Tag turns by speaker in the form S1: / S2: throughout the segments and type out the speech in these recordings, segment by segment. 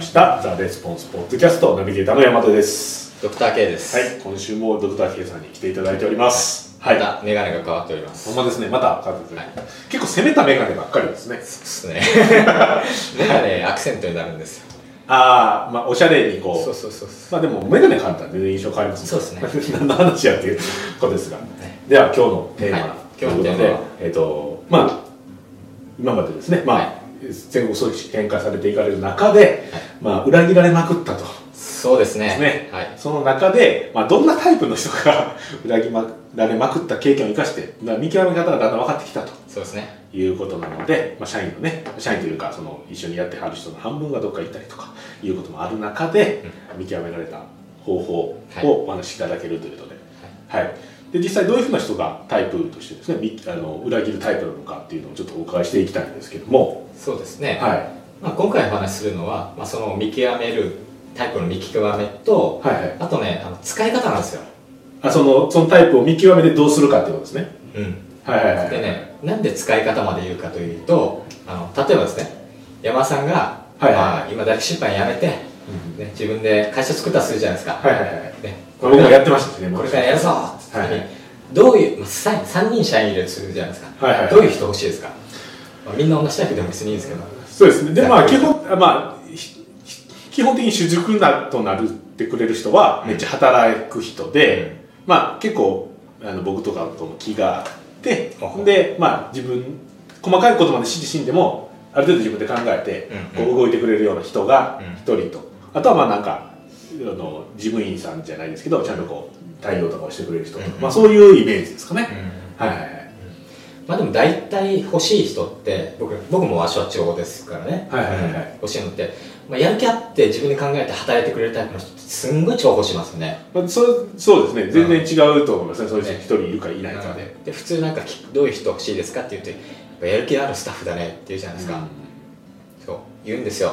S1: したザ・レスポンスポッドキャストナビゲーターの山手です
S2: ドクター K です。
S1: はい今週もドクター K さんに来ていただいておりますはい、
S2: また、メガネが変わっております。
S1: ほんまですねまた変わってて結構攻めたメガネばっかりですね
S2: そうですね。メガネ、アクセントになるんですよ。
S1: ああまあおしゃれにこう
S2: そうそうそうそう。
S1: まあでもメガネ変わったら全然印象変わります
S2: そう
S1: ですね 何の話やっていうことですが、では今日のテーマ、
S2: はい
S1: ということ
S2: 今日の
S1: で
S2: テーマは
S1: えっ、とまあ今までですねまあ、
S2: はい
S1: 全国組織展開されていかれる中で、まあ裏切られまくったと
S2: そうですね。
S1: ね、
S2: はい。
S1: その中で、まあ、どんなタイプの人が 裏切られまくった経験を生かして、まあ見極め方がだんだん分かってきたと
S2: そうですね。
S1: いうことなので、まあ、社員のね、社員というか、その一緒にやってはる人の半分がどっか行ったりとかいうこともある中で、見極められた方法
S2: はい
S1: をお話しいただけるということで、はい。で、実際どういうふうな人がタイプとしてですね、みあの裏切るタイプなのかっていうのをちょっとお伺いしていきたいんですけども、
S2: そうですね。
S1: はい。
S2: まあ、今回お話しするのは、まあ、その見極めるタイプの見極めと、
S1: はいはい。
S2: あとね、あの使い方なんですよ。
S1: あ、その、そのタイプを見極めてどうするかっていうことですね。
S2: うん。
S1: はいはいはい。
S2: でね、なんで使い方まで言うかというと、あの、例えばですね、山田さんが、
S1: はいはい
S2: まあ、今、抱き審判やめて、
S1: うん
S2: ね、自分で会社作ったとするじゃないですか。
S1: はいはいはい。
S2: ね、
S1: 僕もやってましたしね、
S2: これからやるぞって時に、
S1: はい
S2: どういう、まあ、3, 三人社員いるとするじゃないですか、
S1: はいはいはい
S2: どういう人欲しいですか、まあ、みんな同じタイプでも別にいいんですけど、
S1: そうですね。で、まあ、基本、あまあ、ひひ基本的に主軸なとなるってくれる人は、
S2: うん
S1: めっちゃ働く人で、
S2: う
S1: まあ、結構、あの僕とかとも気があって
S2: ほうほ、う
S1: で、まあ、自分、細かいことまで指示しんでも、ある程度自分で考えて、
S2: うん
S1: こう動いてくれるような人が
S2: うん
S1: 一人と、あとはまあなんか、あの事務員さんじゃないですけど、ちゃんとこう、対応とかをしてくれる人とか、
S2: うん
S1: まあ、そういうイメージですかね。はいはいはい。
S2: まあ、でも大体欲しい人って僕僕もわしは地方ですからね、
S1: はいはいはい
S2: 欲しいのって、まあ、やる気あって自分で考えて働いてくれるタイプの人ってすんごい重宝しますよね
S1: まあ、そそうですね、全然違うと思いますね、そういう人一人いるかいないかで。
S2: で普通なんかきどういう人欲しいですかって言うとやっぱやる気のあるスタッフだねって言うじゃないですか、そう言うんですよ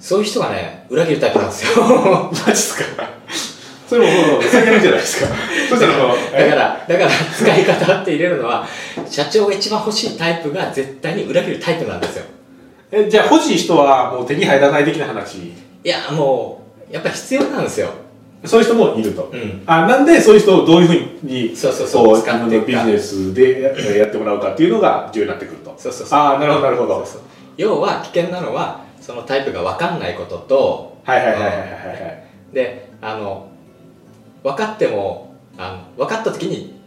S2: そういう人がね裏切るタイプなんですよ
S1: マジっすか。 それももう、避けるじゃない ですか。そしたらもう、
S2: だ
S1: え
S2: から、だから使い方って入れるのは、社長が一番欲しいタイプが絶対に裏切るタイプなんですよ。
S1: えじゃあ欲しい人はもう手に入らない的な話、
S2: いや、もう、やっぱ必要なんですよ。
S1: そういう人もいると。
S2: うん。
S1: あなんで、そういう人をどういうふうに、
S2: そうそうそう
S1: こ
S2: 使って
S1: 自分
S2: いくか
S1: のビジネスでややってもらうかっていうのが重要になってくると。
S2: そうそうそう。
S1: あーなるほどなるほど
S2: そうそう要は、危険なのは、そのタイプが分かんないことと、
S1: はいはいはいはいはいはい。
S2: で、あの、分かっても、あの分かった時に、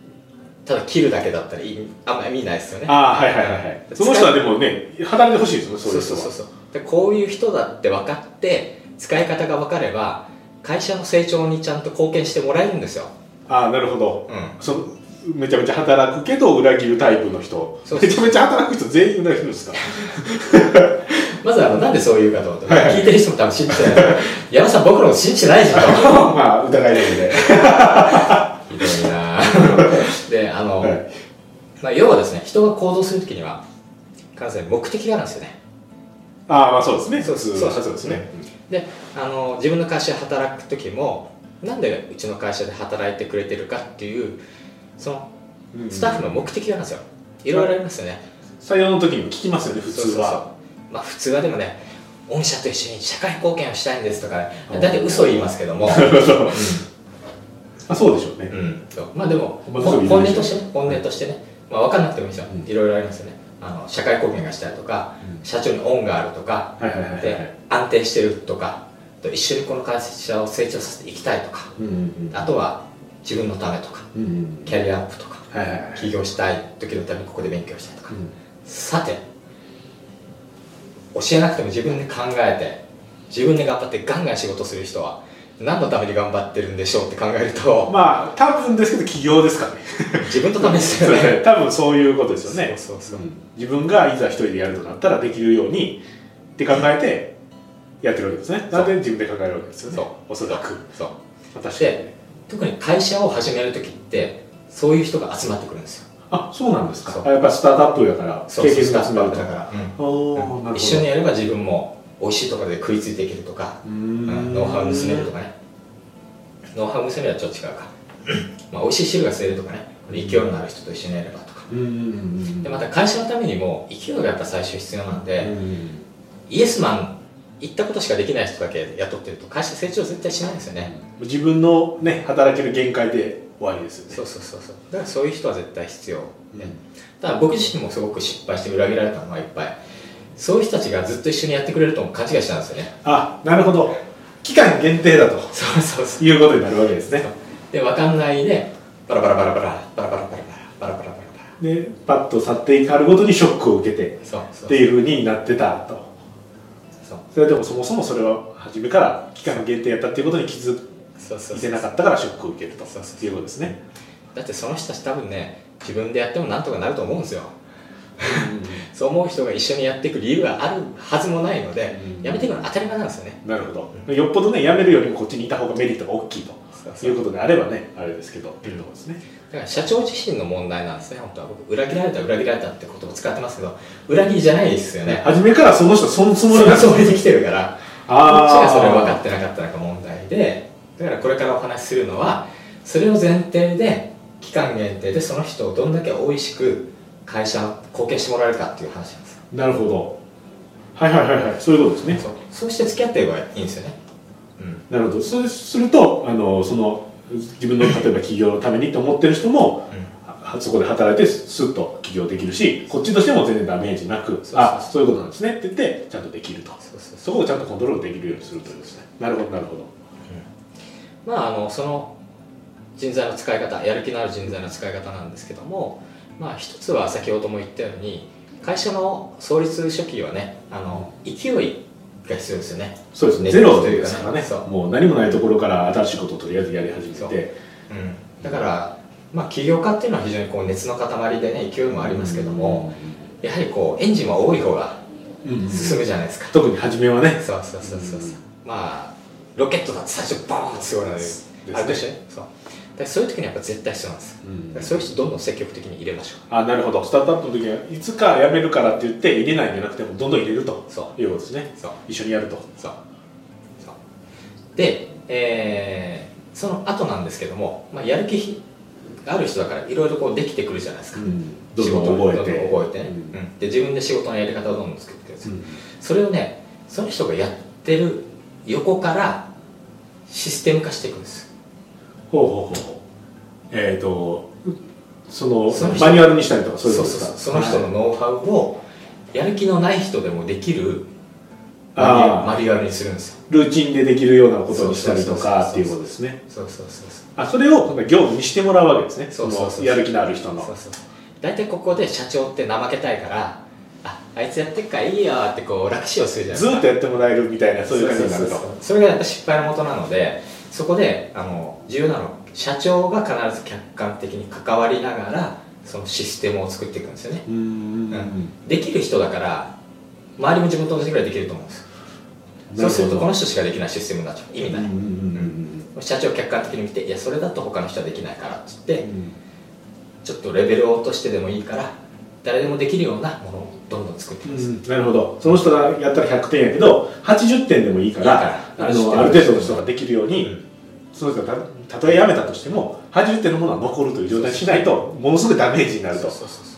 S2: ただ切るだけだったらいいあんまり意味ないですよね。
S1: あーはいはいはいはい。その人はでもね、働いてほしいですよね、そうい
S2: そ
S1: 人
S2: ううそう
S1: は。
S2: そうそうでこういう人だって分かって使い方が分かれば会社の成長にちゃんと貢献してもらえるんですよ、
S1: あーなるほど。
S2: うん、
S1: そのめちゃめちゃ働くけど裏切るタイプの人
S2: そう
S1: めちゃめちゃ働く人全員裏切るん ですか
S2: まずあのなんでそう言うかと思って聞いてる人も多分信じて ない矢野さん僕のこと信じてないじゃんと
S1: まあ疑いなので
S2: ひどいな であの、
S1: はい
S2: まあ、要はですね人が行動するときには必ず目的があるんですよね
S1: ああまあそうですね
S2: そうそう
S1: 普通はそうですね、
S2: であの自分の会社で働く時もなんでうちの会社で働いてくれてるかっていうその
S1: うん
S2: スタッフの目的があるんですよいろいろありますよね、
S1: 採用の時にも聞きますよね普
S2: そうそう
S1: 通
S2: そう
S1: は
S2: まあ普通はでもね御社と一緒に社会貢献をしたいんですとかね
S1: うん
S2: 大体嘘言いますけども、
S1: そうまあそうでしょうね、
S2: うんそうまあでも
S1: ま
S2: ほ
S1: あ嘘言い
S2: ん
S1: ま
S2: 本
S1: す
S2: 音としてね本音としてね、まあ、分かんなくてもいいですよ
S1: うん
S2: いろいろありますよねあの社会貢献がしたいとか、
S1: うん
S2: 社長に恩があるとか、
S1: はいはいはいはい
S2: で安定してるとかあと一緒にこの会社を成長させていきたいとか
S1: うんうん
S2: あとは自分のためとか
S1: うんうん
S2: キャリアアップとか
S1: はいはいはい
S2: 起業したい時のためにここで勉強したいとか、
S1: うん
S2: さて教えなくても自分で考えて自分で頑張ってガンガン仕事する人は何のために頑張ってるんでしょうって考える と
S1: まあ多分ですけど起業ですからね
S2: 自分のためです よ
S1: そうです
S2: ね
S1: ね多分そういうことですよね
S2: そうそうそう
S1: うん自分がいざ一人でやるとなったらできるようにって考えてやってるわけですねなんで自分で考えるわけですよね
S2: そ
S1: おそらくま
S2: そう
S1: あ確かにね
S2: で特に会社を始める時ってそういう人が集まってくるんですよ
S1: あそうなんですか
S2: そう
S1: あやっぱスタートアップやから
S2: そう
S1: 経
S2: そう
S1: 験が集まると
S2: だから、
S1: おーなるほど
S2: 一緒にやれば自分も美味しいところで食いついていけるとか
S1: うー
S2: うんんノウハウ盗めるとかねノウハウ盗めるはちょっと違うかまあ美味しい汁が吸えるとかね勢いのある人と一緒にやればとか
S1: うんうんうん
S2: でまた会社のためにも勢いがやっぱ最初必要なんで、
S1: うん
S2: イエスマン行ったことしかできない人だけ雇ってると会社成長絶対しないんですよね、
S1: 自分のね働ける限界で終わりですよね
S2: そうそうそうそうだからそういう人は絶対必要、
S1: うん
S2: ねただ僕自身もすごく失敗して裏切られたのはいっぱいそういう人たちがずっと一緒にやってくれるとも勘違いしたんですよね
S1: あなるほど期間限定だと
S2: そうそうそ
S1: いうことになるわけですね
S2: うで分かんないでバラバラバラバラバラバラバラバラバラバラバラバラ
S1: でパッと去っていかるごとにショックを受けて
S2: そうそう
S1: っていうふうになってたと
S2: そう
S1: それでもそもそもそれは初めから期間限定やったっていうことに気づ
S2: そうそう
S1: い
S2: そ
S1: て
S2: う
S1: なかったからショックを受けると
S2: そうそうそう
S1: いうことですね
S2: だってその人たち多分ね自分でやってもなんとかなると思うんですよそう思う人が一緒にやっていく理由があるはずもないので、
S1: うん
S2: やめていくのは当たり前なんですよね
S1: なるほどよっぽどねやめるよりもこっちにいた方がメリットが大きいと
S2: そう
S1: いうことであればねあれですけどっていうところですね
S2: だから社長自身の問題なんですね本当は僕裏切られた裏切られたって言葉使ってますけど裏切りじゃないですよね
S1: 初めからその人そのつ
S2: そ
S1: もり
S2: の
S1: なんです
S2: つもりで来てるからこっちがそれを分かってなかったのが問題でだからこれからお話しするのはそれを前提で期間限定でその人をどんだけ美味しく会社に貢献してもらえるかっていう話なんです
S1: なるほどはいはいはいはいそういうことですね
S2: そうそうして付き合っていけばいいんですよねう
S1: な
S2: ん
S1: るほどそうするとあのその自分の例えば企業のためにと思ってる人もあそこで働いてスッと起業できるしこっちとしても全然ダメージなく
S2: そう
S1: あそういうことなんですねって言ってちゃんとできると
S2: そうそうそう
S1: そこをちゃんとコントロールできるようにするということですねなるほどなるほど
S2: まあ、あのその人材の使い方やる気のある人材の使い方なんですけども、まあ、一つは先ほども言ったように会社の創立初期はねあの勢いが必要ですよね、
S1: そうですね
S2: ね
S1: ゼロですからね
S2: そう
S1: もう何もないところから新しいことをとりあえずやり始
S2: そ
S1: め
S2: う
S1: て
S2: だから、まあ、起業家っていうのは非常にこう熱の塊でね勢いもありますけども、やはりこうエンジンは多い方が
S1: うんうん
S2: 進むじゃないですか、
S1: 特に初めはね
S2: そうそうそうそうそう
S1: うん
S2: まあロケットだって最初バーンってすごいのです
S1: ですね
S2: あれでしょそうだからそういう時にやっぱ絶対必要なんですだからそういう人どんどん積極的に入れましょう
S1: あなるほどスタートアップの時はいつか辞めるからって言って入れないんじゃなくてもうどんどん入れると
S2: そ
S1: いうことですね
S2: そう
S1: 一緒にやると
S2: そうそうで、えーその後なんですけども、まあ、やる気がある人だからいろいろこうできてくるじゃないですか、
S1: うんどん
S2: 仕
S1: ど
S2: 事を
S1: ん覚えて
S2: どんどん覚えてね、
S1: うん
S2: うんで自分で仕事のやり方をどんどん作ってくるんです
S1: う
S2: よ、
S1: ん
S2: それをねその人がやってる横からシステム化していくんです
S1: ほうほうほうほうえっ、ー、とその
S2: その人
S1: マニュアルにしたりとかそういう
S2: そ
S1: こ
S2: う
S1: と
S2: そうそう
S1: です
S2: そ
S1: か
S2: の人の
S1: はい
S2: ノウハウをやる気のない人でもできる
S1: あー
S2: マニュアルにするんですよ
S1: ルーチンでできるようなことにしたりとかっ
S2: そ
S1: て
S2: うそ
S1: いうこ
S2: うそうそう
S1: とですね
S2: そうそうそうそう
S1: あそれを今度業務にしてもらうわけですね
S2: そうそうそう
S1: のやる気のある人
S2: そう
S1: の
S2: そう大体ここで社長って怠けたいからああいつやってっからいいよってこう楽しをするじゃない
S1: ず
S2: で
S1: ー
S2: すか
S1: っとやってもらえるみたいなそういう感じになる
S2: そう
S1: と
S2: そうそうそれがやっぱ失敗のもとなのでそこであの重要なのは社長が必ず客観的に関わりながらそのシステムを作っていくんですよね
S1: うーん
S2: できる人だから周りも自分と同じぐらいできると思うんですよそうするとこの人しかできないシステムになっちゃう意味
S1: うん
S2: な
S1: う
S2: い
S1: んうんうん
S2: 社長を客観的に見ていやそれだと他の人はできないからって言って
S1: うん
S2: ちょっとレベルを落としてでもいいから誰でもできるようなものをどんどん作っていきます、
S1: うんなるほどその人がやったら100点やけど80点でもいいから
S2: いいから
S1: あのある程度の人ができるように、その人がたたとえ辞めたとしても80点のものは残るという状態にしないとものすごいダメージになると
S2: そうそうそうそう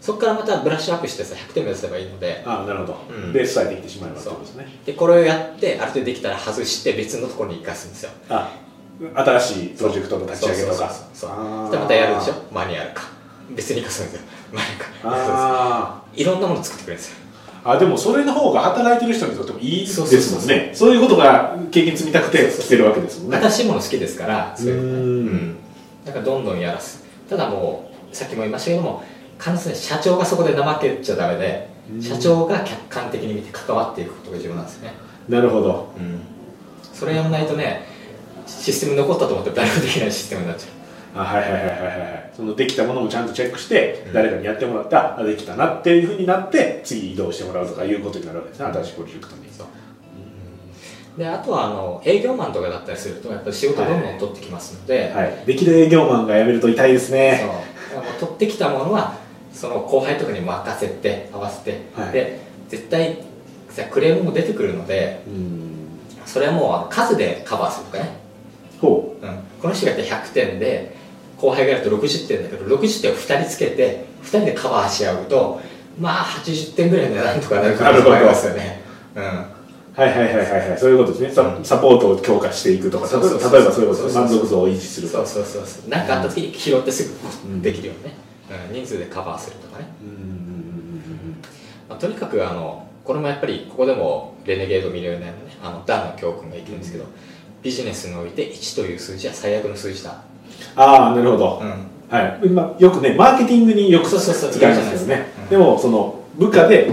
S2: そこからまたブラッシュアップしてさ100点目指せばいいので
S1: ああなるほど、
S2: うん
S1: で伝えてきてしまえばということですね
S2: でこれをやってある程度できたら外して別のところに生かすんですよ
S1: あ新しいプロジェクトの立ち上げとか
S2: そうそうそうそう
S1: あー
S2: でまたやるでしょマニュアルか別に生かすんですよマニュアルか
S1: あ
S2: いろんなもの作ってくれるんですよ
S1: ーあでもそれの方が働いてる人にとってもいいですもんね
S2: そう
S1: そ
S2: そううそう
S1: いうことが経験積みたくて
S2: そうそうそう
S1: 来てるわけですもんね
S2: 新しいもの好きですからそういうのね
S1: うーん
S2: うんだからどんどんやらすただもうさっきも言いましたけども必ずね社長がそこで怠けちゃダメで
S1: うん
S2: 社長が客観的に見て関わっていくことが重要なんですね
S1: なるほど
S2: それやんないとねシステム残ったと思って誰もできないシステムになっちゃ
S1: あはいはいはいはいはいはいそのできたものもちゃんとチェックして、
S2: うん
S1: 誰かにやってもらってあできたなっていうふうになって次移動してもらうとかいうことになるわけですね新しいプロジェクトに
S2: うそうであとはあの営業マンとかだったりするとやっぱり仕事どんどん取ってきますので、
S1: はい、できる営業マンが辞めると痛いです
S2: そう
S1: ね
S2: だからもう取ってきたものはその後輩とかに任せて合わせて、
S1: はい
S2: で絶対さクレームも出てくるので
S1: うん
S2: それはもうあの数でカバーするとかね、
S1: ほ
S2: うん、この人がやって100点で後輩がやると60点だけど60点を2人つけて2人でカバーし合うとまあ80点ぐらいでなんとかなる可能性もありますよね、うん、
S1: うはいはいはいはいはいそういうことですねサ,、
S2: うん
S1: サポートを強化していくとか
S2: そう
S1: 例え
S2: そうそう
S1: ば例えばそういうことです
S2: そ
S1: 満
S2: うそうそう
S1: 足度を維持すると
S2: そう
S1: か
S2: そうそうそうなんかあった時に拾ってす
S1: うん
S2: ぐできるよね、うん人数でカバーするとかね、
S1: うんうんうんうん
S2: まあ、とにかくあのこれもやっぱりここでもレネゲードミリオネアのねあのダンの教訓が生きるんですけど、ビジネスにおいて1という数字は最悪の数字だ、
S1: ああなるほど、
S2: ん、
S1: はいまあ、よくねマーケティングによく
S2: そ
S1: 使
S2: う
S1: い
S2: そう
S1: ま
S2: そう
S1: すよね
S2: うん
S1: でもその部下で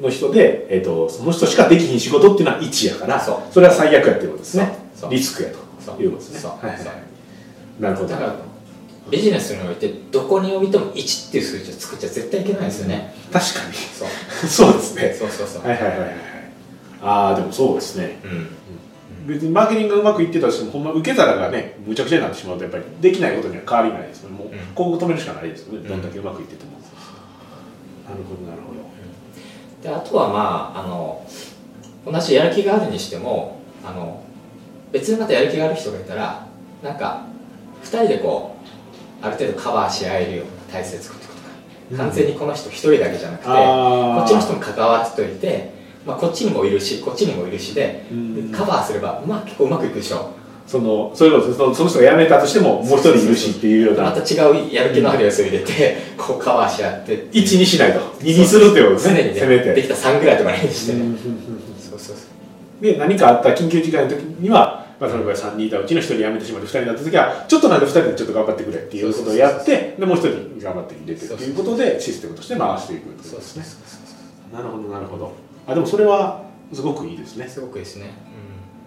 S1: の人で、えっとその人しかできひん仕事っていうのは1やから
S2: そ
S1: れは最悪やっていうことですね
S2: そうそう
S1: リスクやということですね
S2: そう
S1: はいはい
S2: そう
S1: なるほど
S2: だからビジネスにおいてどこにおいても1っていう数字を作っちゃ絶対いけないですよね、
S1: 確かに
S2: そう
S1: そうですね
S2: そうそうそう、
S1: はいはいはいはいはいああでもそうですね
S2: うん
S1: 別にマーケティングがうまくいってたとしてもほんま受け皿がねむちゃくちゃになってしまうとやっぱりできないことには変わりないですよねもう
S2: うん
S1: 広告止めるしかないですよね、
S2: ん
S1: どんだけうまくいってても、なるほどなるほど
S2: であとはまああの同じやる気があるにしてもあの別にまたやる気がある人がいたらなんか2人でこうある程度カバーし合えるような体制作っていくとか完全にこの人1人だけじゃなくて、こ
S1: あ
S2: っちの人も関わっておいて、まあ、こっちにもいるしこっちにもいるしで
S1: うん
S2: カバーすれば、まあ、結構うまくいくでしょ
S1: そのそういうことですそのその人が辞めたとしてももう一人いるしっていうよう
S2: ま
S1: な
S2: た違うやる気のあるやつを入れて、こうカバーし合って
S1: 位置にしないと二にするってことです
S2: 常
S1: ね
S2: にね
S1: せめ
S2: で
S1: て
S2: きた3ぐらいとかにしてね、
S1: うんうんうん
S2: そうそうそう
S1: で何かあった緊急事態の時には、まあ、例えば3人いたうちの1人辞めてしまって2人になった時はちょっとなんで2人でちょっと頑張ってくれっていうことをやってでもう1人頑張って入れてっていうことでシステムとして回していくってこと
S2: そう
S1: です
S2: そうそう
S1: ね
S2: そ
S1: な
S2: う
S1: るほどなるほどあでもそれはすごくいいですね
S2: すごくですね、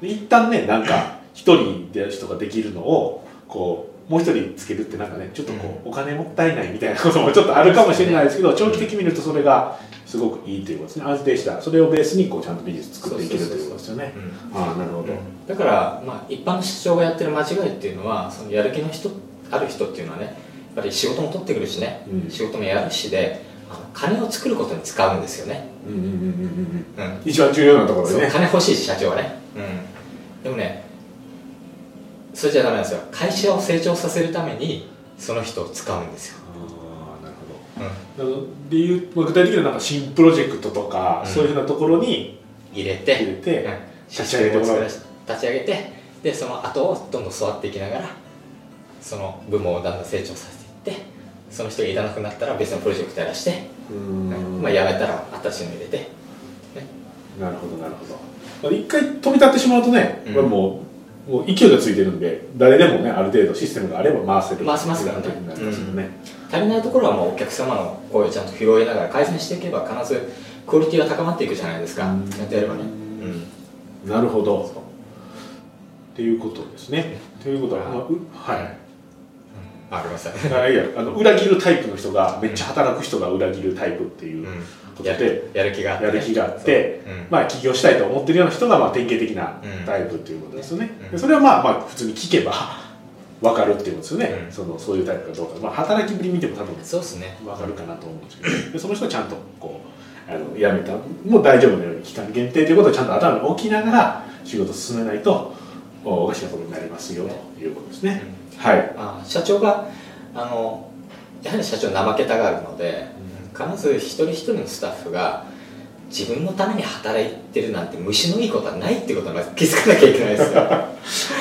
S1: で一旦ねなんか1人で人ができるのをこうもう1人つけるってなんかねちょっとこうお金もったいないみたいなこともちょっとあるかもしれないですけど長期的に見るとそれがすごくいいということですね安定したそれをベースにこうちゃんとビジネス作っていけるということですよね
S2: うん
S1: ああなるほど、
S2: だから、まあ、一般の社長がやってる間違いっていうのはそのやる気の人ある人っていうのはねやっぱり仕事も取ってくるしね、
S1: うん
S2: 仕事もやるしであの金を作ることに使うんですよね、
S1: うんうんうんうんうん
S2: うん
S1: 一番重要なところ
S2: そう
S1: でね
S2: 金欲しいし社長はね、うん、でもねそれじゃダメなんですよ会社を成長させるためにその人を使うんですよ、
S1: あーなるほ
S2: うん
S1: どなのでいうまあ具体的にはなんか新プロジェクトとか、
S2: うん
S1: そういうふうなところに
S2: 入れて
S1: 入れて、
S2: うん
S1: 立ち上げてもらう
S2: 立ち上げてでその後をどんどん育っていきながらその部門をだんだん成長させていってその人がいらなくなったら別のプロジェクトやらして、
S1: うん
S2: まあ、やめたら新しいの入れて、ね、
S1: なるほどなるほどまあ一回飛び立ってしまうとね、
S2: うん
S1: これもうもう勢いがついてるんで誰でもねある程度システムがあれば回せる
S2: 回せますからね
S1: っていうふうになりますよね、
S2: 足りないところはもうお客様の声をちゃんと拾いながら改善していけば必ずクオリティは高まっていくじゃないですか、
S1: うん
S2: ちゃんとやればね、
S1: う
S2: うんん、
S1: なるほど
S2: そう
S1: っていうことですねということは、まあうはい
S2: ありません、
S1: あいやあの裏切るタイプの人がめっちゃ働く人が裏切るタイプっていううこと
S2: ん、
S1: で、
S2: やるやる気があって
S1: やる気があって
S2: そううん
S1: まあ、起業したいと思ってるような人がまあ典型的な
S2: うん
S1: タイプということですよね、
S2: うん
S1: でそれはまあまあ普通に聞けば分かるっていうことですよね、
S2: うん
S1: そのそういうタイプかどうか、まあ、働きぶり見ても多分
S2: そうですね
S1: 分かるかなと思うんですけどでその人はちゃんとこうあの辞めたもう大丈夫なように期間限定ということをちゃんと頭に置きながら仕事を進めないとおおかしなことになりますよということですね、はい
S2: あ社長があのやはり社長怠けたがるので必ず一人一人のスタッフが自分のために働いてるなんて虫のいいことはないってことにまず気づかなきゃいけないです よ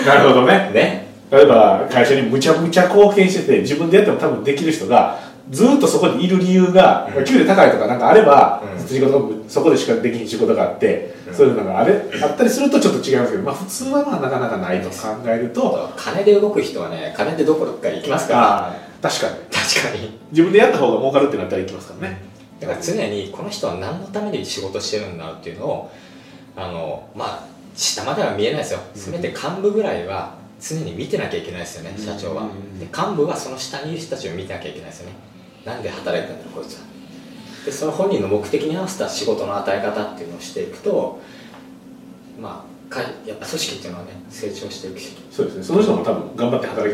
S1: なるほどね
S2: ね
S1: 例えば会社にむちゃむちゃ貢献してて自分でやっても多分できる人がずっとそこにいる理由が、
S2: うん
S1: 給料高いとかなんかあれば、
S2: うん
S1: 仕事もそこでしかできひん仕事があって、
S2: うん
S1: そういうのがあれあったりするとちょっと違いますけど、まあ、普通はまあなかなかないと考えると、
S2: 金で動く人はね金でどこかに行きますから
S1: あー確かに
S2: 確かに
S1: 自分でやった方が儲かるってなったらいきますからね、
S2: だから常にこの人は何のために仕事してるんだろうっていうのをあのまあ下までは見えないですよ
S1: うん
S2: せめて幹部ぐらいは常に見てなきゃいけないですよね社長
S1: う
S2: は
S1: んうんうん
S2: で幹部はその下にいる人たちを見てなきゃいけないですよねなんで働いてんだろうこいつはでその本人の目的に合わせた仕事の与え方っていうのをしていくとまあかやっぱ組織っていうのはね成長していくし
S1: そうですねその人も多分頑張って働きます